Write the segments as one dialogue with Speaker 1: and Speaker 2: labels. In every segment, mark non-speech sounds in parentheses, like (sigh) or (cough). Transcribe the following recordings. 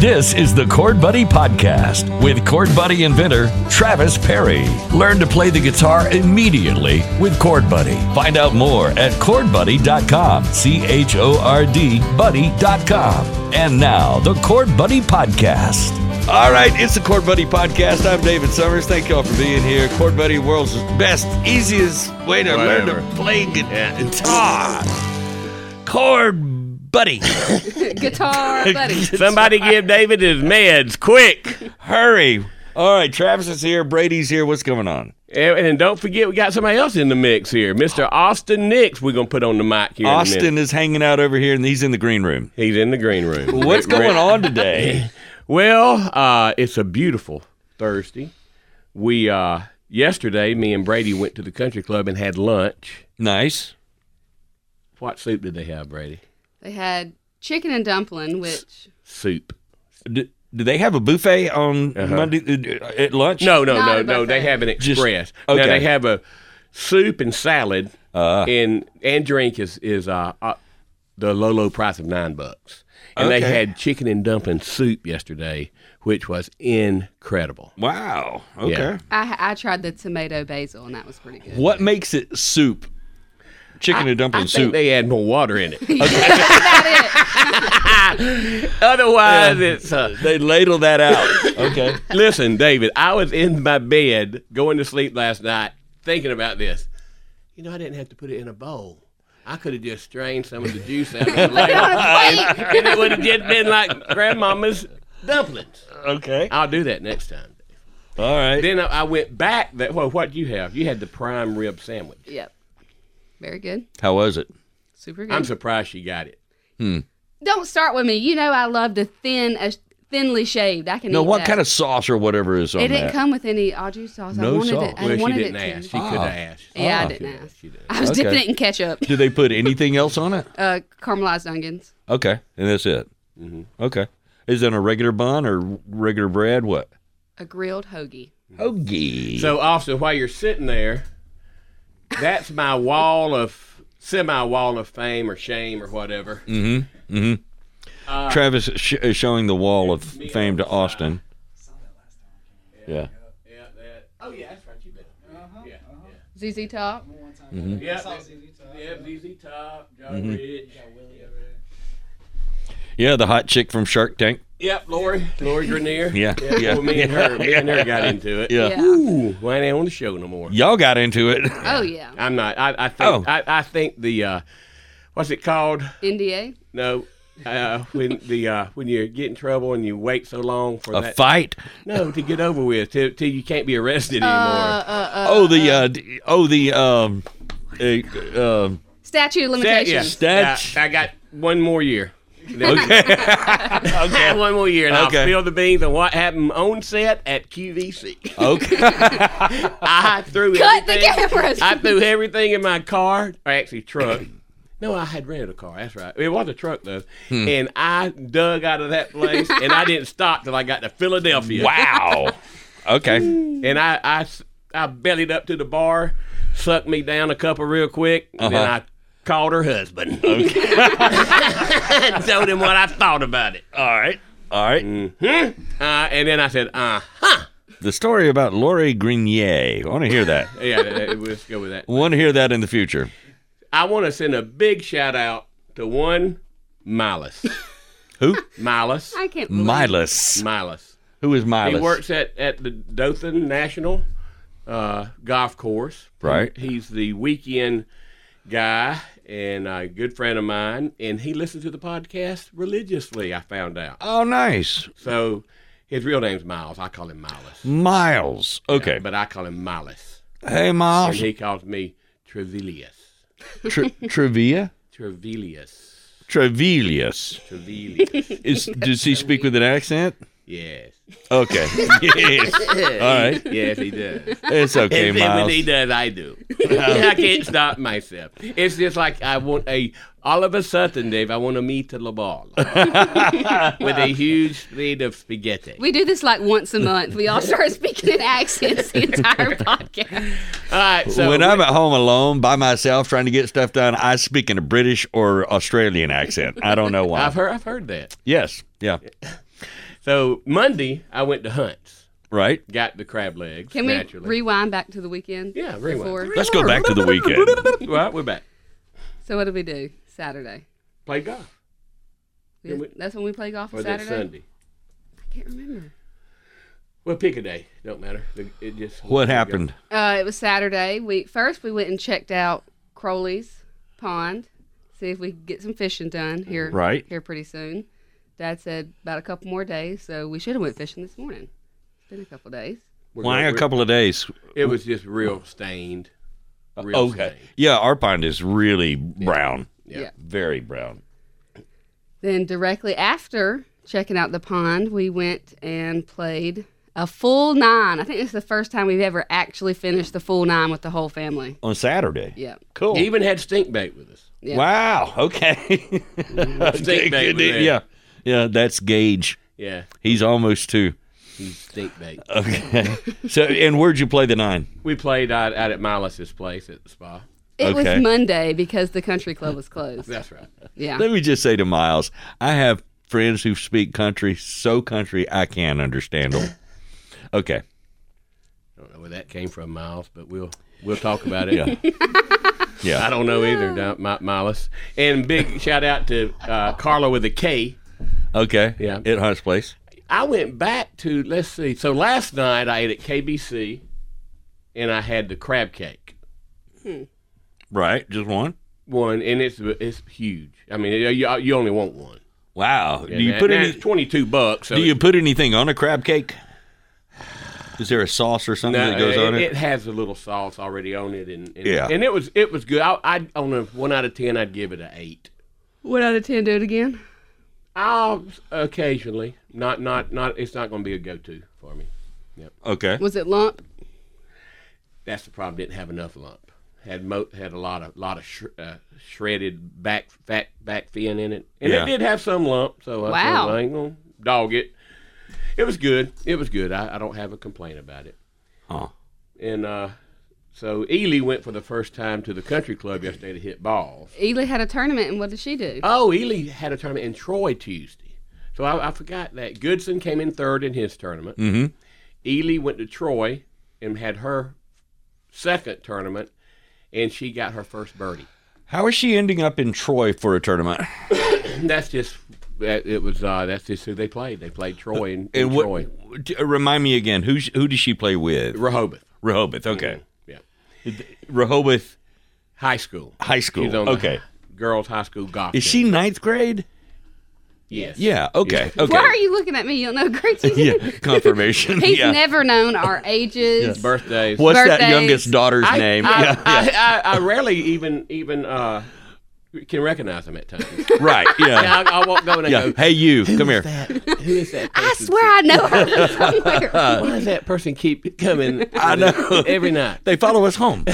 Speaker 1: This is the Chord Buddy Podcast with Chord Buddy inventor Travis Perry. Learn to play the guitar immediately with Chord Buddy. Find out more at chordbuddy.com. C H O R D buddy.com. And now, the Chord Buddy Podcast. All right, it's the Chord Buddy Podcast. I'm David Summers. Thank y'all for being here. Chord Buddy, world's best, easiest way to learn to
Speaker 2: Whatever.
Speaker 1: play gu- guitar. Chord Buddy.
Speaker 3: guitar
Speaker 1: (laughs)
Speaker 3: buddy.
Speaker 2: (laughs) Somebody give David his meds quick.
Speaker 1: Hurry. All right, Travis is here. Brady's here. What's going on?
Speaker 2: And, and don't forget, we got somebody else in the mix here. Mr. Austin Nix, we're going to put on the mic here. in a minute.
Speaker 1: Austin is hanging out over here, and he's in the green room.
Speaker 2: He's in the
Speaker 1: (laughs)
Speaker 2: green room.
Speaker 1: What's going on
Speaker 2: (laughs)
Speaker 1: today?
Speaker 2: well, uh, it's a beautiful Thursday. We, uh, yesterday, me and Brady went to the country club and had lunch.
Speaker 1: Nice.
Speaker 2: What soup did they have, Brady?
Speaker 3: They had chicken and dumpling, which
Speaker 2: Soup.
Speaker 1: Do, do they have a buffet on Monday uh, at lunch?
Speaker 2: Uh-huh. No, no,
Speaker 3: Not
Speaker 2: no,
Speaker 3: a
Speaker 2: no. They
Speaker 3: buffet.
Speaker 2: have an
Speaker 1: Just-
Speaker 2: express.
Speaker 1: okay.
Speaker 2: Now they have a soup and salad,
Speaker 1: Uh.
Speaker 2: and and drink is is uh, uh, the low low price of nine bucks. And they
Speaker 1: Okay.
Speaker 2: had chicken and dumpling soup yesterday, which was incredible.
Speaker 1: Wow. Okay.
Speaker 2: Yeah.
Speaker 3: I I tried the tomato basil and that was pretty good.
Speaker 1: What makes it soup? Chicken and dumpling
Speaker 2: I think
Speaker 1: soup.
Speaker 2: they add more water
Speaker 3: (laughs)
Speaker 2: in it.
Speaker 3: That's about
Speaker 2: (laughs)
Speaker 3: it.
Speaker 2: Otherwise, it's uh,
Speaker 1: they ladle that out.
Speaker 2: (laughs)
Speaker 1: okay.
Speaker 2: Listen, David, I was in my bed going to sleep last night thinking about this. You know, I didn't have to put it in a bowl. I could have just strained some of the juice out of the lemon, and it would have just been like grandmama's dumplings.
Speaker 1: Okay.
Speaker 2: I'll do that next time.
Speaker 1: All right.
Speaker 2: Then I, I went back. That well, what you have? You had the prime rib sandwich.
Speaker 3: (laughs) Yep. Very good.
Speaker 1: How was it?
Speaker 3: Super good.
Speaker 2: I'm surprised she got it.
Speaker 3: Don't start with me. You know I love the thin, a thinly shaved. I can.
Speaker 1: No,
Speaker 3: eat
Speaker 1: what
Speaker 3: that.
Speaker 1: kind of sauce or whatever is on
Speaker 3: It didn't
Speaker 1: that?
Speaker 3: come with any au jus sauce.
Speaker 1: No
Speaker 3: I wanted
Speaker 1: sauce.
Speaker 3: it. I
Speaker 2: Well, she
Speaker 3: wanted
Speaker 2: didn't
Speaker 3: it
Speaker 2: ask.
Speaker 3: to.
Speaker 1: (laughs)
Speaker 2: She could have asked. Oh.
Speaker 3: yeah, I
Speaker 1: Ah.
Speaker 3: didn't ask.
Speaker 2: She didn't.
Speaker 3: I was
Speaker 1: Okay.
Speaker 3: dipping it in ketchup,
Speaker 1: Do they put anything else on it?
Speaker 3: uh, caramelized onions,
Speaker 1: Okay, and that's it.
Speaker 2: Mm-hmm.
Speaker 1: Okay, is it a regular bun or regular bread? What?
Speaker 3: a grilled hoagie.
Speaker 2: Oh,
Speaker 1: Hoagie.
Speaker 2: So, Austin, while you're sitting there, that's my wall of semi wall of fame or shame or whatever.
Speaker 1: Mm. Travis sh- is showing the wall of fame to Austin. Yeah.
Speaker 2: Yeah, that. Oh yeah, that's right. You bet. Yeah,
Speaker 3: ZZ Top.
Speaker 4: Mm-hmm.
Speaker 2: yeah, yeah. ZZ Top, John
Speaker 1: Mm-hmm.
Speaker 2: Ridge.
Speaker 1: Yeah, the hot chick from Shark Tank.
Speaker 2: Yep, Lori, Lori Grenier.
Speaker 1: Yeah, yeah,
Speaker 2: Well, me and her, me and her got into it.
Speaker 1: Yeah.
Speaker 3: Yeah.
Speaker 2: Ooh, well, I ain't on the show no more.
Speaker 1: Y'all got into it. (laughs)
Speaker 3: Oh yeah.
Speaker 2: I'm not. I, I think.
Speaker 1: Oh.
Speaker 2: I, I think the. Uh, what's it called?
Speaker 3: NDA.
Speaker 2: No. Uh, when the uh, when you get in trouble and you wait so long for
Speaker 1: A
Speaker 2: that
Speaker 1: fight?
Speaker 2: no to get over with till, till you can't be
Speaker 3: Uh,
Speaker 2: arrested anymore.
Speaker 1: Oh, the uh, d- oh the um, uh, um, (laughs)
Speaker 3: Statute of
Speaker 2: That- yeah.
Speaker 3: limitations.
Speaker 1: Statue.
Speaker 2: I, I got one more
Speaker 3: (laughs)
Speaker 2: year. okay. one more year, and
Speaker 1: Okay.
Speaker 2: I'll spill the beans on what happened on set at
Speaker 3: (laughs)
Speaker 2: QVC.
Speaker 1: okay.
Speaker 2: I threw
Speaker 3: Cut the
Speaker 2: everything.
Speaker 3: cameras.
Speaker 2: I threw everything in my car, or actually
Speaker 3: (clears throat)
Speaker 2: truck. No, I had rented a car. That's right. It was a truck though,
Speaker 1: Hmm.
Speaker 2: and I dug out of that place, and I didn't stop till I got to Philadelphia.
Speaker 1: wow. Okay.
Speaker 2: And I, I s- I bellied up to the bar, sucked me down a couple real quick, and then
Speaker 1: Uh-huh.
Speaker 2: I called her husband. and (laughs) told him what I thought about it.
Speaker 1: All right. All right.
Speaker 2: Uh, and then I said, uh huh.
Speaker 1: The story about Lori Grenier. I want to hear that.
Speaker 2: Yeah, that- that- let's go with that.
Speaker 1: want to hear that in the future.
Speaker 2: I want to send a big shout out to one Milas.
Speaker 1: Who?
Speaker 2: Milas.
Speaker 3: I can't. believe-
Speaker 1: Milas.
Speaker 2: Milas.
Speaker 1: Who is
Speaker 2: He
Speaker 1: Milas?
Speaker 2: works at, at the Dothan National uh, Golf Course.
Speaker 1: Right.
Speaker 2: He's the weekend guy and a good friend of mine, and he listens to the podcast religiously. I found out.
Speaker 1: Oh, nice.
Speaker 2: So his real name's Miles. I call him Miles,
Speaker 1: Miles. Okay.
Speaker 2: but I call him Miles,
Speaker 1: hey,
Speaker 2: and (laughs)
Speaker 1: Miles.
Speaker 2: he calls me Trevilius.
Speaker 1: Tr- Trevia?
Speaker 2: Trevilius.
Speaker 1: Trevelius.
Speaker 2: Trevilius.
Speaker 1: (laughs) Is, does he speak with an accent?
Speaker 2: yes.
Speaker 1: Okay. yes. All right.
Speaker 2: Yes, he does.
Speaker 1: It's okay,
Speaker 2: And then when he
Speaker 1: Miles.
Speaker 2: does,
Speaker 1: (laughs)
Speaker 2: I do. I can't stop myself. It's just like I want a all of a sudden, Dave. I want a meat
Speaker 1: (laughs)
Speaker 2: la ball with a huge plate of spaghetti.
Speaker 3: We do this
Speaker 2: (laughs)
Speaker 3: like once a month. We all start speaking in accents the entire podcast.
Speaker 2: All right, so
Speaker 1: when I'm at home alone by myself trying to get stuff done, I speak in a British or Australian accent. I don't know why.
Speaker 2: I've heard, I've heard that.
Speaker 1: yes. Yeah.
Speaker 2: So Monday, I went to Hunt's,
Speaker 1: Right.
Speaker 2: got the crab legs.
Speaker 3: Can we
Speaker 2: naturally.
Speaker 3: rewind back to the weekend?
Speaker 2: Yeah, rewind.
Speaker 3: before-
Speaker 1: Let's go back to the weekend.
Speaker 2: Well, we're back.
Speaker 3: So what did we do Saturday?
Speaker 2: Play golf.
Speaker 3: We,
Speaker 2: Can we-
Speaker 3: that's when we play golf on
Speaker 2: Or that
Speaker 3: Saturday.
Speaker 2: Sunday.
Speaker 3: I can't remember.
Speaker 2: Well, pick a day. Don't matter. It- It just
Speaker 1: What happened?
Speaker 3: Uh, it was Saturday. We first we went and checked out Crowley's pond, see if we could get some fishing done here.
Speaker 1: Right.
Speaker 3: here pretty soon. Dad said about a couple more days, so we should have went fishing this morning. It's been a couple days.
Speaker 2: We're
Speaker 1: Why
Speaker 2: gonna-
Speaker 1: a couple of days?
Speaker 2: It was just real stained. Real
Speaker 1: Okay.
Speaker 2: stained.
Speaker 1: Yeah, our pond is really brown.
Speaker 2: Yeah.
Speaker 1: Very brown.
Speaker 3: Then directly after checking out the pond, we went and played a full nine. I think this is the first time we've ever actually finished the full nine with the whole family.
Speaker 1: On Saturday.
Speaker 3: Yeah.
Speaker 1: Cool.
Speaker 2: He even had stink bait with us.
Speaker 3: Yeah.
Speaker 1: Wow. Okay. (laughs) Okay,
Speaker 2: bait
Speaker 1: good
Speaker 2: was
Speaker 1: deal.
Speaker 2: there.
Speaker 1: yeah. Yeah, that's Gage.
Speaker 2: Yeah.
Speaker 1: He's almost two.
Speaker 2: He's stink bait.
Speaker 1: Okay. (laughs) so, and where'd you play the nine?
Speaker 2: We played out, out at Milas's place at the spa.
Speaker 3: It
Speaker 1: Okay.
Speaker 3: was Monday because the country club was closed.
Speaker 2: That's right.
Speaker 3: Yeah.
Speaker 1: Let me just say to Miles, I have friends who speak country so country I can't understand
Speaker 2: (laughs)
Speaker 1: them. Okay.
Speaker 2: I don't know where that came from, Miles, but we'll we'll talk about it.
Speaker 1: Yeah.
Speaker 2: I
Speaker 1: Yeah.
Speaker 2: don't know either, Don- Mi- Miles. And big shout out to uh, Carla with a K.
Speaker 1: Okay.
Speaker 2: Yeah.
Speaker 1: At Hunt's place.
Speaker 2: I went back to let's see. So last night I ate at KBC, and I had the crab cake
Speaker 1: Right. Just one.
Speaker 2: one, and it's it's huge. I mean, you, you- you only want one.
Speaker 1: Wow. do
Speaker 2: And
Speaker 1: you
Speaker 2: that-
Speaker 1: put
Speaker 2: now
Speaker 1: any?
Speaker 2: It's Twenty two bucks. So
Speaker 1: Do you put anything on a crab cake? Is there a sauce or something
Speaker 2: No,
Speaker 1: that goes
Speaker 2: it,
Speaker 1: on it?
Speaker 2: it has a little sauce already on it, and, and
Speaker 1: Yeah.
Speaker 2: and it was it was good. I, I on a one out of ten, I'd give it an eight.
Speaker 3: What out of ten do it again?
Speaker 2: I'll occasionally, not not not. It's not going to be a go to for me.
Speaker 1: Okay.
Speaker 3: Was it lump?
Speaker 2: That's the problem. Didn't have enough lump. Had mo- had a lot of lot of sh- uh, shredded back fat back fin in it, and
Speaker 1: Yeah.
Speaker 2: it did have some lump. So I, said,
Speaker 3: Wow.
Speaker 2: I ain't gonna dog it. It was good. It was good. I, I don't have a complaint about it.
Speaker 1: Huh.
Speaker 2: And uh, so Ely went for the first time to the country club yesterday to hit balls.
Speaker 3: Ely had a tournament, and what did she do?
Speaker 2: Oh, Ely had a tournament in Troy Tuesday. So I, I forgot that. Goodson came in third in his tournament.
Speaker 1: Mhm.
Speaker 2: Ely went to Troy and had her second tournament, and she got her first birdie. (clears throat)
Speaker 1: How is she ending up in Troy for a tournament?
Speaker 2: That's just that it was. Uh, that's just who they played. They played Troy and,
Speaker 1: Uh, And
Speaker 2: and Troy.
Speaker 1: what? d- Remind me again. Who who does she play with?
Speaker 2: Rehoboth.
Speaker 1: Rehoboth. Okay.
Speaker 2: Yeah, Mm.
Speaker 1: Rehoboth
Speaker 2: high school.
Speaker 1: High School.
Speaker 2: She's on the (laughs)
Speaker 1: okay.
Speaker 2: girls' high school golf.
Speaker 1: Is she
Speaker 2: team.
Speaker 1: ninth grade?
Speaker 2: Yes.
Speaker 1: Yeah. Okay. Okay.
Speaker 3: Why are you looking at me? You don't know Gracie.
Speaker 1: (laughs) yeah. Confirmation.
Speaker 3: He's
Speaker 1: yeah.
Speaker 3: never known our ages.
Speaker 2: Birthdays.
Speaker 1: What's that
Speaker 3: Birthdays.
Speaker 1: youngest daughter's
Speaker 2: I,
Speaker 1: name?
Speaker 2: I,
Speaker 1: yeah.
Speaker 2: I, I, I rarely even even uh, can recognize them at times.
Speaker 1: right. Yeah.
Speaker 2: I, I walk over and I
Speaker 1: Yeah.
Speaker 2: go,
Speaker 1: Hey, you. Come here.
Speaker 2: Who is that?
Speaker 3: I
Speaker 2: Person?
Speaker 3: swear I know her from
Speaker 1: (laughs)
Speaker 3: somewhere.
Speaker 2: Why does that person keep (laughs) coming?
Speaker 1: I know.
Speaker 2: every night.
Speaker 1: They follow us
Speaker 4: (laughs)
Speaker 1: home.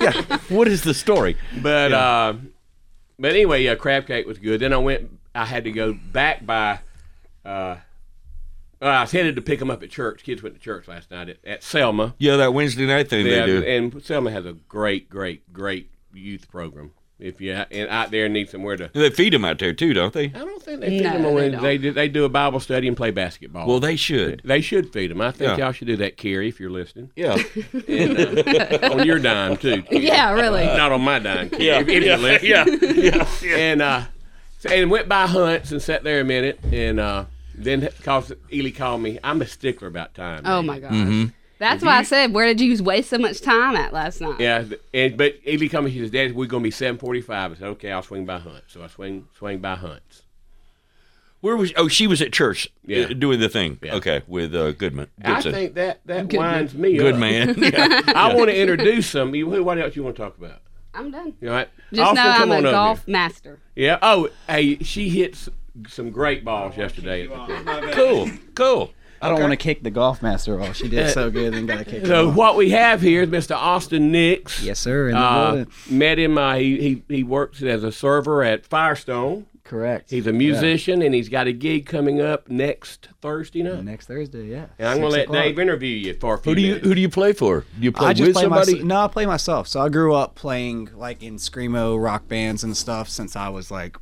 Speaker 1: Yeah. What is the story?
Speaker 2: But uh, but anyway, yeah, crab cake was good. Then I went. I had to go back by. Uh, uh, I was headed to pick them up at church. Kids went to church last night at, at Selma.
Speaker 1: Yeah, that Wednesday night thing
Speaker 2: Yeah,
Speaker 1: they do.
Speaker 2: and Selma has a great, great, great youth program. If you and out there need somewhere to,
Speaker 1: They feed them out there too, don't they?
Speaker 2: I don't think they feed
Speaker 3: No,
Speaker 2: them on
Speaker 3: they
Speaker 2: Wednesday.
Speaker 3: don't.
Speaker 2: They do, they do a Bible study and play basketball.
Speaker 1: Well, they should.
Speaker 2: they should feed them. I think
Speaker 1: Yeah.
Speaker 2: y'all should do that, Carrie, if you're listening.
Speaker 1: Yeah.
Speaker 2: And, uh, on your dime (laughs) too. Carrie.
Speaker 3: Yeah, really.
Speaker 2: Not on my dime. Carrie,
Speaker 1: Yeah.
Speaker 2: if- if you're listening.
Speaker 1: yeah. Yeah.
Speaker 2: and uh, so- and went by Hunt's and sat there a minute, and uh, then cause Ely called me. I'm a stickler about time.
Speaker 3: Oh
Speaker 2: man.
Speaker 3: my gosh.
Speaker 1: Mm-hmm.
Speaker 3: That's why I said, where did you waste so much time at last night?
Speaker 2: Yeah, th- and but Ely called me. She says, "Daddy, we're gonna be 7:45." I said, "Okay, I'll swing by Hunt's." So I swing swing by Hunt's.
Speaker 1: Where was? Oh, she was at church
Speaker 2: Yeah.
Speaker 1: uh, doing the thing.
Speaker 2: Yeah.
Speaker 1: Okay, with uh, Goodman.
Speaker 2: I
Speaker 1: Goodson.
Speaker 2: think uh, that that winds me up.
Speaker 1: Good man. Yeah.
Speaker 2: I want to introduce some. You, who- what else you want to talk about?
Speaker 3: I'm done.
Speaker 2: You all right?
Speaker 3: Just
Speaker 2: Austin,
Speaker 3: know
Speaker 2: come
Speaker 3: I'm
Speaker 2: on
Speaker 3: a
Speaker 2: over
Speaker 3: golf
Speaker 2: here.
Speaker 3: master.
Speaker 2: Yeah. Oh, hey, she hits some great balls yesterday. at the course.
Speaker 1: cool. Cool.
Speaker 4: I don't want to kick the golf master off. She did
Speaker 2: (laughs)
Speaker 4: so good and got to kick her
Speaker 2: So
Speaker 4: off.
Speaker 2: what we have here is Mr. Austin Nix.
Speaker 4: Yes, sir. In the
Speaker 2: Uh,
Speaker 4: building.
Speaker 2: met him. Uh, he, he he works as a server at Firestone.
Speaker 4: Correct.
Speaker 2: He's a musician, and he's got a gig coming up next Thursday night.
Speaker 4: Yeah. Next Thursday, yeah.
Speaker 2: and I'm
Speaker 4: Six
Speaker 2: gonna let
Speaker 4: o'clock.
Speaker 2: Dave interview you for a few
Speaker 1: Who do you
Speaker 2: minutes.
Speaker 1: Who do you play for? Do you play
Speaker 4: I just
Speaker 1: with
Speaker 4: play
Speaker 1: somebody?
Speaker 4: myself. No, I play myself. So I grew up playing like in screamo rock bands and stuff since I was like,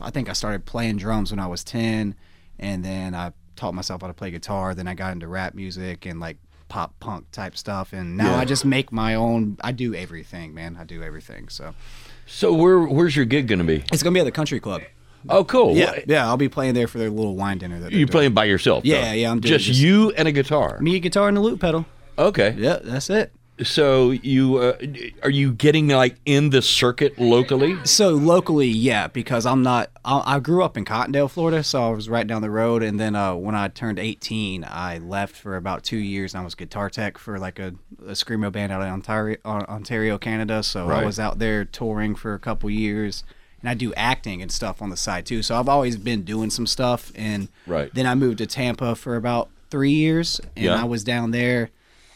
Speaker 4: I think I started playing drums when I was ten, and then I taught myself how to play guitar. Then I got into rap music and like pop punk type stuff. And now I just make my own. I do everything, man. I do everything. So
Speaker 1: So where where's your gig going to be?
Speaker 4: it's gonna be at the country club.
Speaker 1: Oh, cool.
Speaker 4: Yeah,
Speaker 1: What-
Speaker 4: yeah. I'll be playing there for their little wine dinner. That
Speaker 1: You playing by yourself?
Speaker 4: Yeah,
Speaker 1: though?
Speaker 4: yeah, I'm doing
Speaker 1: just,
Speaker 4: just-
Speaker 1: you and a guitar.
Speaker 4: me guitar and a loop pedal.
Speaker 1: Okay.
Speaker 4: Yeah, that's it.
Speaker 1: So you uh, are you getting like in the circuit locally?
Speaker 4: So locally, yeah, because I'm not. I, I grew up in Cottondale, Florida, so I was right down the road. And then uh, when I turned 18, I left for about two years, and I was guitar tech for like a, a screamo band out of Ontario, uh, Ontario, Canada. So
Speaker 1: Right.
Speaker 4: I was out there touring for a couple years, and I do acting and stuff on the side too. So I've always been doing some stuff. And
Speaker 1: Right.
Speaker 4: then I moved to Tampa for about three years, and
Speaker 1: Yeah.
Speaker 4: I was down there.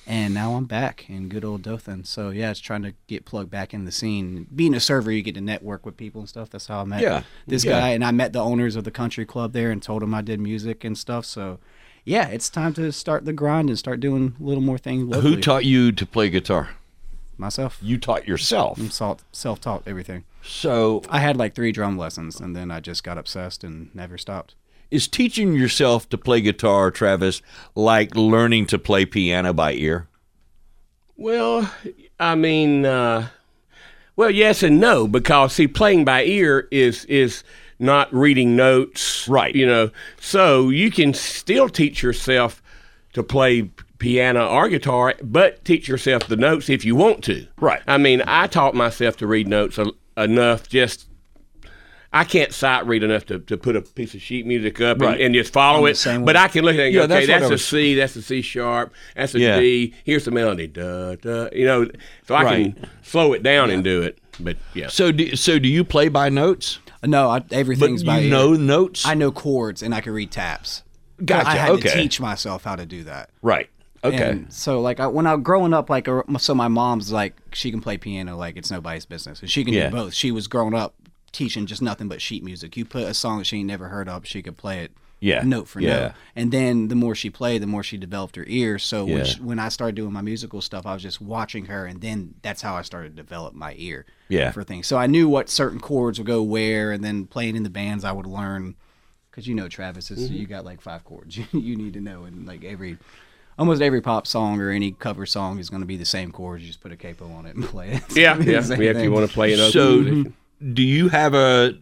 Speaker 4: And now I'm back in good old Dothan. So yeah, it's trying to get plugged back in the scene. Being a server, you get to network with people and stuff. That's how I met
Speaker 1: Yeah,
Speaker 4: this
Speaker 1: yeah.
Speaker 4: guy. And I met the owners of the country club there and told them I did music and stuff. So yeah, it's time to start the grind and start doing a little more things.
Speaker 1: Who
Speaker 4: locally.
Speaker 1: taught you to play guitar?
Speaker 4: myself?
Speaker 1: You taught yourself.
Speaker 4: Mm. Self taught everything.
Speaker 1: So
Speaker 4: I had like three drum lessons and then I just got obsessed and never stopped.
Speaker 1: is teaching yourself to play guitar, Travis, like learning to play piano by ear?
Speaker 2: Well, I mean, uh, well, yes and no, because see, playing by ear is is not reading notes,
Speaker 1: Right.
Speaker 2: You know, so you can still teach yourself to play piano or guitar, but teach yourself the notes if you want to,
Speaker 1: Right.
Speaker 2: I mean, I taught myself to read notes a, enough just. I can't sight read enough to, to put a piece of sheet music up
Speaker 1: Right.
Speaker 2: and, and just follow it,
Speaker 4: same
Speaker 2: but
Speaker 4: way.
Speaker 2: I can look at it and
Speaker 1: Yeah,
Speaker 2: go, okay,
Speaker 1: that's what I
Speaker 2: that's, a
Speaker 1: was-
Speaker 2: C, that's a C sharp, that's a D
Speaker 1: Yeah.
Speaker 2: here's the melody, duh, duh, you know, so I
Speaker 1: Right.
Speaker 2: can slow it down and do it. But yeah,
Speaker 1: So do, so do you play by notes?
Speaker 4: No, I,
Speaker 1: But
Speaker 4: everything's
Speaker 1: you
Speaker 4: by ear.
Speaker 1: know notes?
Speaker 4: I know chords and I can read taps.
Speaker 1: Gotcha,
Speaker 4: I had
Speaker 1: okay.
Speaker 4: to teach myself how to do that.
Speaker 1: right. Okay.
Speaker 4: And so like I, when I growing up, like uh, so my mom's like she can play piano like it's nobody's business, and she can
Speaker 1: Yeah.
Speaker 4: do both. She was growing up teaching just nothing but sheet music. You put a song that she ain't never heard of, she could play it.
Speaker 1: Yeah.
Speaker 4: Note for
Speaker 1: Yeah.
Speaker 4: note. And then the more she played, the more she developed her ear. So
Speaker 1: Yeah.
Speaker 4: when, she, when I started doing my musical stuff, I was just watching her. And then that's how I started to develop my ear
Speaker 1: Yeah.
Speaker 4: for things. So I knew what certain chords would go where. And then playing in the bands, I would learn because you know Travis is you got like five chords (laughs) you, you need to know and like every almost every pop song or any cover song is going to be the same chords you just put a capo on it and (laughs) play it
Speaker 2: yeah, yeah.
Speaker 4: Same
Speaker 2: yeah if you
Speaker 4: thing.
Speaker 2: want to play it, open
Speaker 1: So
Speaker 2: position.
Speaker 1: do you have a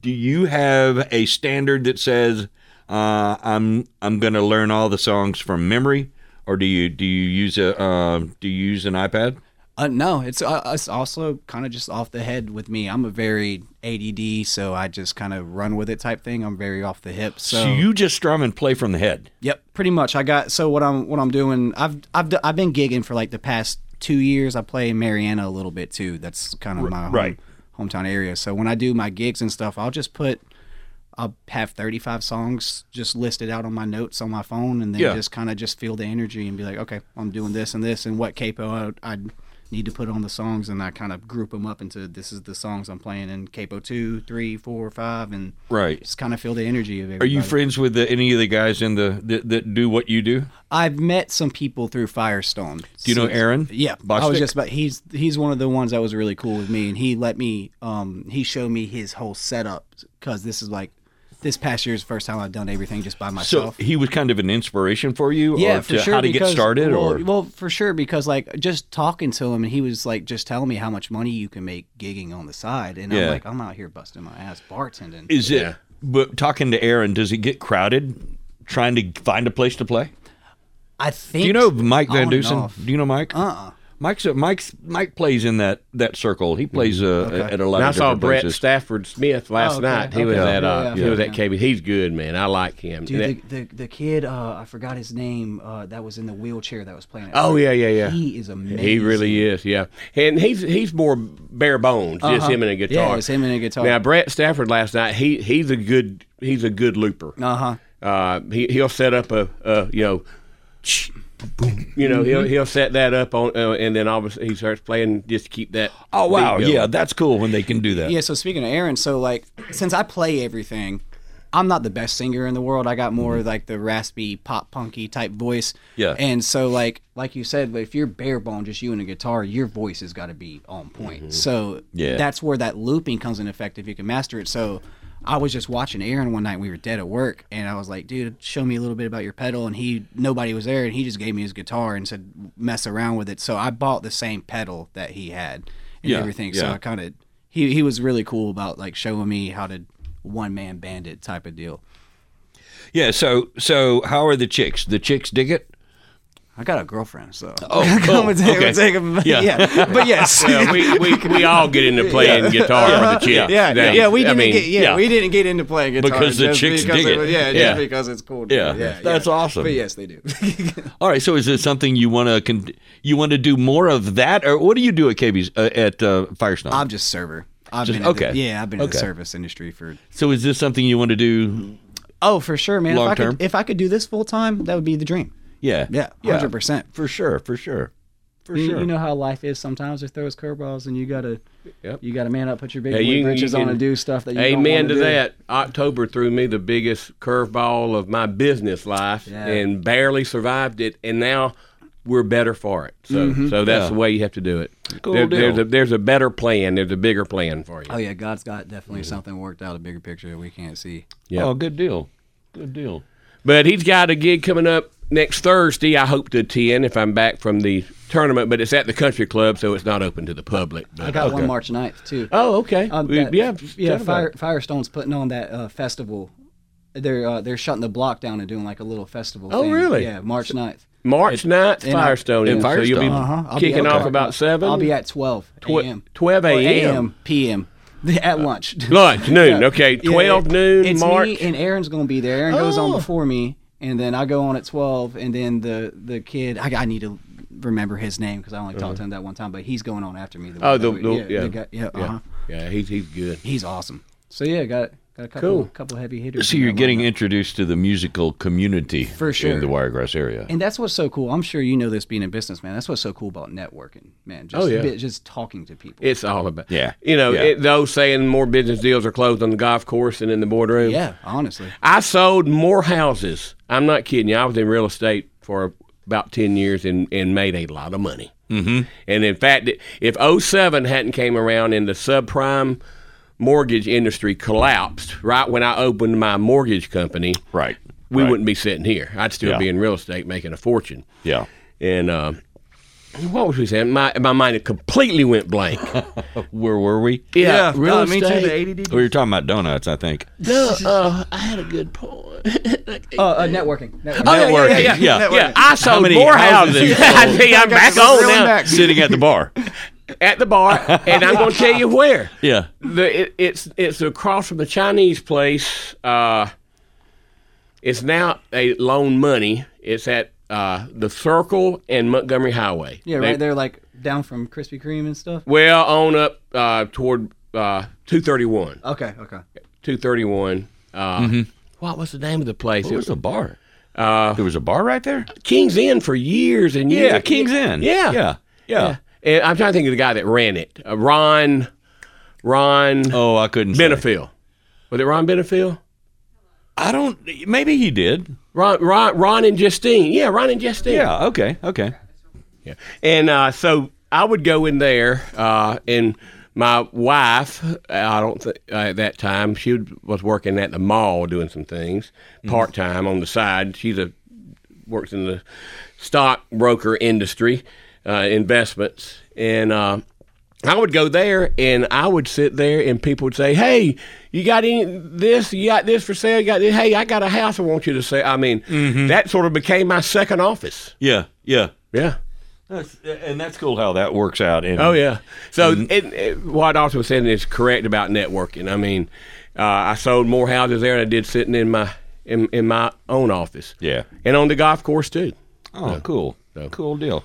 Speaker 1: do you have a standard that says uh, I'm I'm going to learn all the songs from memory, or do you do you use a um, do you use an iPad?
Speaker 4: uh, no it's uh, it's also kind of just off the head with me i'm a very add so i just kind of run with it type thing i'm very off the hip so,
Speaker 1: So you just strum and play from the head.
Speaker 4: Yep, pretty much. I got so what I'm what I'm doing. I've I've d- I've been gigging for like the past two years. I play in Mariana a little bit too. That's kind of my home,
Speaker 1: right.
Speaker 4: hometown area. So when I do my gigs and stuff, I'll just put I'll have 35 songs just listed out on my notes on my phone, and then
Speaker 1: Yeah.
Speaker 4: just kind of just feel the energy and be like, okay, I'm doing this and this and what capo I, I need to put on the songs, and I kind of group them up into this is the songs I'm playing in capo two, three, four, five, and
Speaker 1: Right.
Speaker 4: just kind of feel the energy of
Speaker 1: Are
Speaker 4: everybody.
Speaker 1: you friends with the, any of the guys in the that, that do what you do?
Speaker 4: I've met some people through Firestone.
Speaker 1: Do you know Aaron?
Speaker 4: Yeah, I
Speaker 1: Bostic?
Speaker 4: was just about. He's he's one of the ones that was really cool with me, and he let me. Um, he showed me his whole setup because this is like this past year's first time I've done everything just by
Speaker 1: so
Speaker 4: myself.
Speaker 1: he was kind of an inspiration for you,
Speaker 4: yeah,
Speaker 1: or
Speaker 4: for
Speaker 1: to
Speaker 4: sure.
Speaker 1: how to
Speaker 4: because-
Speaker 1: get started,
Speaker 4: well,
Speaker 1: or
Speaker 4: well, for sure because like just talking to him, and he was like just telling me how much money you can make gigging on the side, and
Speaker 1: Yeah.
Speaker 4: I'm like, I'm out here busting my ass bartending.
Speaker 1: is it? But talking to Aaron, does it get crowded trying to find a place to play?
Speaker 4: I think
Speaker 1: Do you know Mike Van
Speaker 4: on and
Speaker 1: Dusen?
Speaker 4: off.
Speaker 1: Do you know Mike? Uh-uh. Mike's a, Mike's Mike plays in that that circle. He plays uh,
Speaker 4: Mm,
Speaker 1: at a lot
Speaker 2: And I
Speaker 1: of
Speaker 2: saw
Speaker 1: different
Speaker 2: Brett
Speaker 1: places.
Speaker 2: Stafford Smith last
Speaker 4: Oh, okay,
Speaker 2: night. He was
Speaker 4: okay.
Speaker 2: at uh,
Speaker 4: Yeah,
Speaker 2: he
Speaker 4: yeah.
Speaker 2: was at KB. He's good, man. I like him.
Speaker 4: Dude,
Speaker 2: And that-
Speaker 4: the, the, the kid, uh, I forgot his name, uh, that was in the wheelchair that was playing. at
Speaker 2: Oh,
Speaker 4: first.
Speaker 2: yeah, yeah, yeah.
Speaker 4: He is amazing.
Speaker 2: he really is, yeah. And he's he's more bare bones, just
Speaker 4: Uh-huh.
Speaker 2: him and a guitar.
Speaker 4: Yeah, it's him and a guitar.
Speaker 2: Now Brett Stafford last night, he he's a good he's a good looper.
Speaker 4: Uh huh.
Speaker 2: Uh, he he'll set up a, a you know, you know he'll he'll set that up on uh, and then obviously he starts playing just to keep that.
Speaker 1: oh wow,
Speaker 2: beat going.
Speaker 1: yeah, that's cool when they can do that.
Speaker 4: Yeah. So speaking of Aaron, so like since I play everything, I'm not the best singer in the world. I got more like the raspy, pop punky type voice.
Speaker 1: Mm-hmm. Yeah.
Speaker 4: And so like like you said, if you're bare bone, just you and a guitar, your voice has got to be on point. So
Speaker 1: Mm-hmm. Yeah.
Speaker 4: that's where that looping comes in effect if you can master it. So. I was just watching Aaron one night. We were dead at work, and I was like, "Dude, show me a little bit about your pedal." And he, nobody was there, and he just gave me his guitar and said, "Mess around with it." So I bought the same pedal that he had and
Speaker 5: Yeah,
Speaker 4: everything.
Speaker 5: yeah.
Speaker 4: So I kind of he he was really cool about like showing me how to one man bandit type of deal.
Speaker 5: Yeah. So so how are the chicks? The chicks dig it.
Speaker 4: I got a girlfriend, so (laughs)
Speaker 5: Oh,
Speaker 4: Come and take-
Speaker 5: okay.
Speaker 4: take him- (laughs)
Speaker 5: Yeah.
Speaker 4: yeah.
Speaker 5: (laughs)
Speaker 4: but yes,
Speaker 2: Well, we, we, we all get into playing guitar with the chicks.
Speaker 4: (laughs) yeah,
Speaker 2: They-
Speaker 4: yeah. We
Speaker 2: I
Speaker 4: didn't
Speaker 2: mean,
Speaker 4: get yeah,
Speaker 5: yeah.
Speaker 4: we didn't get into playing guitar
Speaker 5: Because the
Speaker 4: just
Speaker 5: chicks
Speaker 4: because
Speaker 5: dig it.
Speaker 4: was- Yeah,
Speaker 5: Yeah.
Speaker 4: just because it's cool. to
Speaker 5: Yeah.
Speaker 4: do.
Speaker 5: That's awesome.
Speaker 4: But yes, they do. (laughs)
Speaker 5: All right. So is it something you want to con- you want to do more of that, or what do you do at KB's uh, at uh, Firestone?
Speaker 4: I'm just server. I've
Speaker 5: Just-
Speaker 4: been at
Speaker 5: okay.
Speaker 4: The, yeah, I've been in
Speaker 5: Okay.
Speaker 4: the service industry for
Speaker 5: so is this something you want to do?
Speaker 4: oh for sure, man.
Speaker 5: Long
Speaker 4: if I
Speaker 5: term?
Speaker 4: could if I could do this full time, that would be the dream.
Speaker 5: Yeah.
Speaker 4: Yeah, hundred percent.
Speaker 5: For sure. For sure. For
Speaker 4: You-
Speaker 5: sure.
Speaker 4: You know how life is sometimes. It throws curveballs, and you gotta,
Speaker 2: Yep.
Speaker 4: you gotta man up, put your big
Speaker 2: Hey, you
Speaker 4: boy
Speaker 2: can-
Speaker 4: britches
Speaker 2: you
Speaker 4: on,
Speaker 2: can-
Speaker 4: and do stuff that you don't
Speaker 2: Amen
Speaker 4: wanna
Speaker 2: to
Speaker 4: do.
Speaker 2: that. October threw me the biggest curveball of my business life
Speaker 4: Yeah.
Speaker 2: and barely survived it. And now we're better for it. So,
Speaker 4: Mm-hmm.
Speaker 2: so that's
Speaker 5: Yeah.
Speaker 2: the way you have to do it.
Speaker 5: Cool deal.
Speaker 2: There's, a, there's a better plan. There's a bigger plan for you.
Speaker 4: Oh yeah, God's got definitely something worked out, a bigger picture that we can't see.
Speaker 2: Yeah.
Speaker 5: Oh, good deal. Good deal.
Speaker 2: But he's got a gig coming up next Thursday. I hope to attend if I'm back from the tournament. But it's at the country club, so it's not open to the public.
Speaker 4: I
Speaker 2: But,
Speaker 4: got one March ninth too.
Speaker 2: oh, okay.
Speaker 4: Um,
Speaker 2: We-
Speaker 4: that-
Speaker 2: yeah,
Speaker 4: yeah.
Speaker 2: tell
Speaker 4: Fire,
Speaker 2: about
Speaker 4: Firestone's putting on that uh, festival. They're uh, they're shutting the block down and doing like a little festival.
Speaker 2: Oh,
Speaker 4: thing.
Speaker 2: really?
Speaker 4: Yeah, March 9th.
Speaker 2: it. March 9th,
Speaker 4: I-
Speaker 2: Firestone.
Speaker 5: in
Speaker 2: So you'll be
Speaker 5: Firestone.
Speaker 4: Uh-huh. I'll be
Speaker 2: kicking
Speaker 4: out
Speaker 2: off
Speaker 4: there.
Speaker 2: about 7?
Speaker 4: I'll be at twelve
Speaker 2: Twe-
Speaker 4: a.m.
Speaker 2: 12
Speaker 4: Or
Speaker 2: a.m.
Speaker 4: p.m. (laughs)
Speaker 2: Uh,
Speaker 4: at
Speaker 2: (laughs)
Speaker 4: lunch.
Speaker 2: Lunch, noon. Okay,
Speaker 4: Yeah,
Speaker 2: 12
Speaker 4: it-
Speaker 2: noon,
Speaker 4: It's
Speaker 2: March.
Speaker 4: me and Aaron's gonna be there. Aaron goes on before me, and then I go on at twelve, and then the the kid. I, I need to remember his name because I only talked to him that one time, but he's going on after me.
Speaker 2: Uh-huh. Oh,
Speaker 4: one
Speaker 2: the-
Speaker 4: that we-
Speaker 2: the- yeah.
Speaker 4: guy- yeah, uh-huh.
Speaker 2: Yeah, he's, he's good.
Speaker 4: He's awesome. So yeah, got got a couple
Speaker 2: Cool.
Speaker 4: couple heavy hitters.
Speaker 5: So
Speaker 4: in
Speaker 5: you're
Speaker 4: that
Speaker 5: getting
Speaker 4: lineup.
Speaker 5: introduced to the musical community
Speaker 4: For sure.
Speaker 5: in the Wiregrass area.
Speaker 4: And that's what's so cool. I'm sure you know this being a business man. That's what's so cool about networking, man. Just,
Speaker 2: Oh, yeah.
Speaker 4: bi- just talking to people.
Speaker 2: It's all about.
Speaker 5: Yeah,
Speaker 2: You know,
Speaker 5: yeah.
Speaker 2: It, those saying more business deals are closed on the golf course and in the boardroom.
Speaker 4: yeah, honestly.
Speaker 2: I sold more houses. I'm not kidding you. I was in real estate for about 10 years and, and made a lot of money. Mm-hmm. And in fact, if 07 hadn't came around and the subprime mortgage industry collapsed right when I opened my mortgage company,
Speaker 5: right.
Speaker 2: we
Speaker 5: right.
Speaker 2: wouldn't be sitting here. I'd still
Speaker 5: Yeah.
Speaker 2: be in real estate making a fortune.
Speaker 5: Yeah.
Speaker 2: And uh, what was we saying? My, my mind completely went blank.
Speaker 5: Where were we?
Speaker 2: Yeah,
Speaker 4: no,
Speaker 2: real
Speaker 4: me too,
Speaker 2: estate.
Speaker 4: the ADD
Speaker 5: We were talking about donuts, I think.
Speaker 2: No, uh, I had a good point.
Speaker 4: Uh, uh, networking. networking.
Speaker 2: Oh.
Speaker 5: Networking.
Speaker 2: yeah, yeah, yeah,
Speaker 5: Yeah.
Speaker 2: yeah. I sold
Speaker 5: many
Speaker 2: more
Speaker 5: houses
Speaker 2: houses.
Speaker 5: you
Speaker 2: (laughs) I see, I'm back on
Speaker 4: reeling
Speaker 2: now
Speaker 4: back.
Speaker 5: Sitting at the (laughs) bar.
Speaker 2: at
Speaker 5: (laughs)
Speaker 2: the bar, and I'm going to tell you where.
Speaker 5: Yeah.
Speaker 2: The, it, it's it's across from the Chinese place. Uh, it's now a loan money. It's at uh, the Circle and Montgomery Highway.
Speaker 4: Yeah,
Speaker 2: They-
Speaker 4: right there, like down from Krispy Kreme and stuff.
Speaker 2: Well, on up uh, toward uh, 231.
Speaker 4: Okay, okay.
Speaker 2: 231. Uh,
Speaker 5: Mm-hmm.
Speaker 2: What was the name of the place?
Speaker 5: There
Speaker 2: it
Speaker 5: was
Speaker 2: was
Speaker 5: a bar.
Speaker 2: uh,
Speaker 5: There was a bar right there?
Speaker 2: King's Inn for years and years.
Speaker 5: Yeah, King's Inn.
Speaker 2: Yeah.
Speaker 5: Yeah. Yeah.
Speaker 2: And I'm trying to think of the guy that ran it. Uh, Ron, Ron
Speaker 5: Oh, I couldn't say.
Speaker 2: Benefield. Was it Ron Benefield?
Speaker 5: I don't maybe he did.
Speaker 2: Ron, Ron, Ron and Justine. Yeah, Ron and Justine.
Speaker 5: Yeah, okay. Okay.
Speaker 2: Yeah. And uh, so I would go in there, uh, and my wife, I don't think uh, at that time, she would- was working at the mall doing some things part time on the side. She's a works in the stockbroker industry, uh, investments, and uh, I would go there and I would sit there and people would say, "Hey, you got any this? You got this for sale? You got this? Hey, I got a house I want you to sell." I mean, that sort of became my second office.
Speaker 5: Yeah. Yeah.
Speaker 2: Yeah.
Speaker 5: That's, and that's cool how that works out. And
Speaker 2: Oh yeah. So it, it, what Austin was saying is correct about networking. I mean, uh, I sold more houses there than I did sitting in my in, in my own office.
Speaker 5: Yeah.
Speaker 2: and on the golf course too.
Speaker 5: Oh, cool. Cool deal.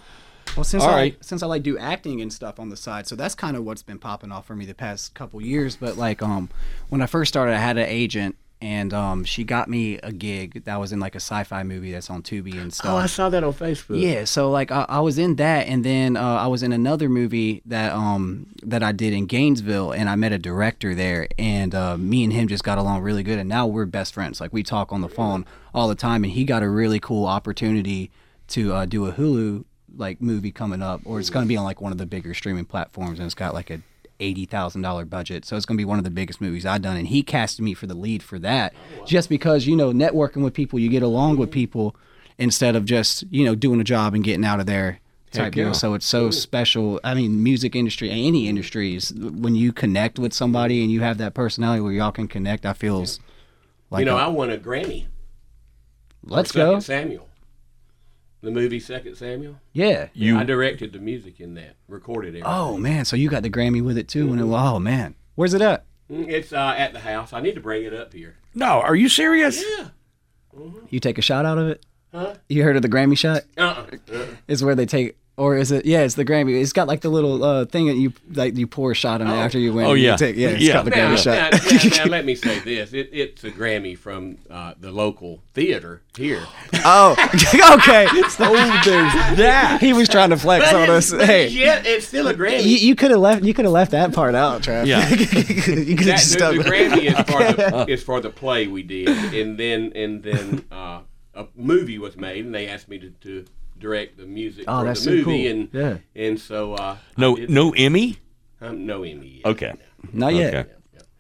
Speaker 4: Well, since
Speaker 5: All
Speaker 4: I
Speaker 5: right.
Speaker 4: since I like do acting and stuff on the side, so that's kind of what's been popping off for me the past couple years. But like, um, when I first started, I had an agent, and um, she got me a gig that was in like a sci-fi movie that's on Tubi and stuff.
Speaker 2: Oh, I saw that on Facebook.
Speaker 4: Yeah, so like I, I was in that, and then uh, I was in another movie that um that I did in Gainesville, and I met a director there, and uh, me and him just got along really good, and now we're best friends. Like we talk on the phone all the time, and he got a really cool opportunity to uh, do a Hulu like movie coming up, or it's gonna be on like one of the bigger streaming platforms, and it's got like a eighty thousand dollar budget, so it's gonna be one of the biggest movies I've done. And he casted me for the lead for that, just because you know networking with people, you get along with people, instead of just you know doing a job and getting out of there type
Speaker 5: yeah.
Speaker 4: deal. So it's so special. I mean, music industry, any industries, when you connect with somebody and you have that personality where y'all can connect, I feels like
Speaker 2: you know,
Speaker 4: a-
Speaker 2: I won a Grammy. for
Speaker 4: let's
Speaker 2: Second
Speaker 4: go,
Speaker 2: Samuel. The movie Second Samuel.
Speaker 4: yeah.
Speaker 5: You-
Speaker 2: I directed the music in that, recorded it.
Speaker 4: Oh man, so you got the Grammy with it too, and it, oh man, where's it at?
Speaker 2: It's uh, at the house. I need to bring it up here.
Speaker 5: No, are you serious?
Speaker 2: Yeah.
Speaker 4: You take a shot out of it.
Speaker 2: Huh?
Speaker 4: You heard of the Grammy shot?
Speaker 2: Uh-uh. Uh-uh.
Speaker 4: Is where they take, or is it? Yeah, it's the Grammy. It's got like the little uh, thing that you like you pour a shot on it after you win.
Speaker 5: Oh, yeah.
Speaker 4: you take, yeah, it's
Speaker 5: Yeah.
Speaker 4: called the
Speaker 2: Now,
Speaker 4: Grammy
Speaker 2: now,
Speaker 4: shot. (laughs)
Speaker 2: now, now let me say this. It, it's a Grammy from uh, the local theater here.
Speaker 4: Oh, (laughs) okay. oh, there's that. He was trying to flex on us. Hey.
Speaker 2: Yeah, it's still a Grammy.
Speaker 4: You, you could have left. You could have left that part out, Trav.
Speaker 5: Yeah.
Speaker 4: (laughs) you could have
Speaker 2: that,
Speaker 4: just
Speaker 2: the, the
Speaker 4: stuck.
Speaker 2: Grammy is for the,
Speaker 4: (laughs)
Speaker 2: is for the play we did, and then and then uh, a movie was made, and they asked me to, to direct the music
Speaker 4: Oh,
Speaker 2: for
Speaker 4: that's so
Speaker 2: the movie,
Speaker 4: cool.
Speaker 2: and
Speaker 4: Yeah.
Speaker 2: and so uh,
Speaker 5: No,
Speaker 2: I did-
Speaker 5: no Emmy.
Speaker 2: um, no Emmy. Yet.
Speaker 5: Okay.
Speaker 4: Not yet.
Speaker 5: Okay.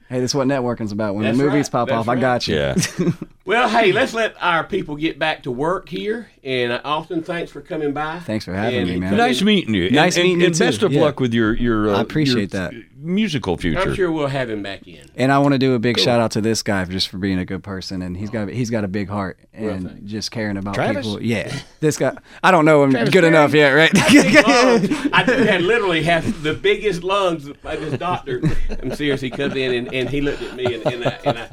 Speaker 4: Hey, that's what networking's about. When
Speaker 2: That's
Speaker 4: the movies
Speaker 2: right.
Speaker 4: pop
Speaker 2: That's
Speaker 4: off, I
Speaker 2: right.
Speaker 4: got you. (laughs)
Speaker 5: Yeah.
Speaker 2: Well, hey, let's let our people get back to work here, and uh, Austin, thanks for coming by.
Speaker 4: Thanks for having
Speaker 2: And-
Speaker 4: me, man.
Speaker 5: Nice meeting you.
Speaker 4: Nice
Speaker 5: and,
Speaker 4: meeting
Speaker 5: and,
Speaker 4: you
Speaker 5: and
Speaker 4: too.
Speaker 5: best of
Speaker 4: Yeah.
Speaker 5: luck with your your. Uh,
Speaker 4: I appreciate
Speaker 5: your
Speaker 4: that.
Speaker 5: Musical
Speaker 2: I'm
Speaker 5: future.
Speaker 2: sure we'll have him back in.
Speaker 4: And I want to do a big shout out to this guy just for being a good person, and he's got he's got a big heart and just caring about
Speaker 5: Travis?
Speaker 4: people. Yeah, this guy. I don't know him good enough yet,
Speaker 2: (laughs)
Speaker 4: right? (laughs)
Speaker 2: lungs. I did had literally have the biggest lungs by this doctor. I'm serious. He comes in and, and he looked at me and, and I. And I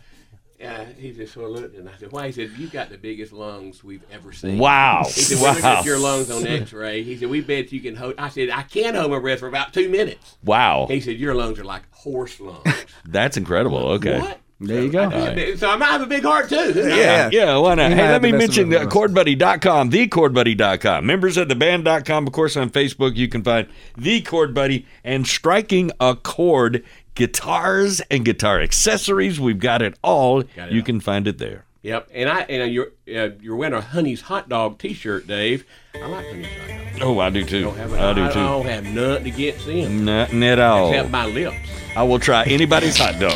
Speaker 2: uh, he just sort of looked and I said, "Why?" He said, "You got the biggest lungs we've ever seen." (laughs)
Speaker 5: Wow.
Speaker 2: He said, "We looked
Speaker 5: Wow.
Speaker 2: at your lungs on X-ray." He said, "We bet you can hold." I said, "I can hold my breath for about two minutes."
Speaker 5: Wow.
Speaker 2: He said, "Your lungs are like horse lungs."
Speaker 5: That's incredible. Okay.
Speaker 2: What?
Speaker 4: there you go.
Speaker 2: So I might have a big heart too. Who knows?
Speaker 4: Yeah.
Speaker 5: Uh, Yeah, why not?
Speaker 4: You
Speaker 5: Hey,
Speaker 4: had
Speaker 5: let
Speaker 4: the
Speaker 5: me
Speaker 4: best of
Speaker 5: mention uh,
Speaker 4: both worlds.
Speaker 5: chordbuddy.com, thechordbuddy.com. Members at theband.com, of course, on Facebook, you can find The Chord Buddy and Striking a Chord guitars and guitar accessories. We've got it all.
Speaker 2: Got it
Speaker 5: you
Speaker 2: all.
Speaker 5: can find it there.
Speaker 2: Yep. And I and uh, you're uh, you're wearing a Honey's hot dog T-shirt, Dave. I like Honey's hot dog.
Speaker 5: Oh, I do too.
Speaker 2: don't have
Speaker 5: I do
Speaker 2: I
Speaker 5: too. Oh.
Speaker 2: don't have nothing against them
Speaker 5: Nothing at
Speaker 2: except
Speaker 5: all.
Speaker 2: my lips.
Speaker 5: I will try anybody's hot dog.
Speaker 2: All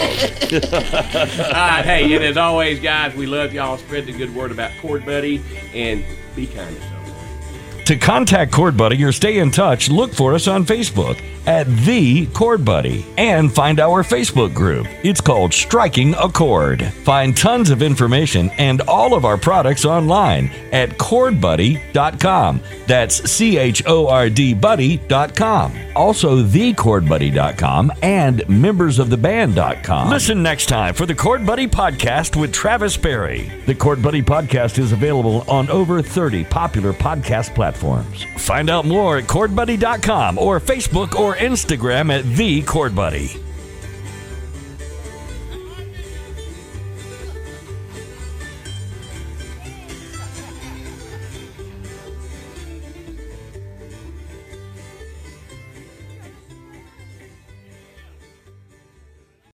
Speaker 2: right, hey, and as always, guys, we love y'all. Spread the good word about Cord Buddy and be kind to someone.
Speaker 1: To contact Chord Buddy or stay in touch, look for us on Facebook at The Chord Buddy and find our Facebook group. It's called Striking a Chord. Find tons of information and all of our products online at chordbuddy.com. That's C H O R D buddy.com. Also, thechordbuddy.com and membersoftheband.com. Listen next time for the Chord Buddy podcast with Travis Berry. The Chord Buddy podcast is available on over 30 popular podcast platforms. Find out more at chordbuddy.com or Facebook or Instagram at The Chord Buddy.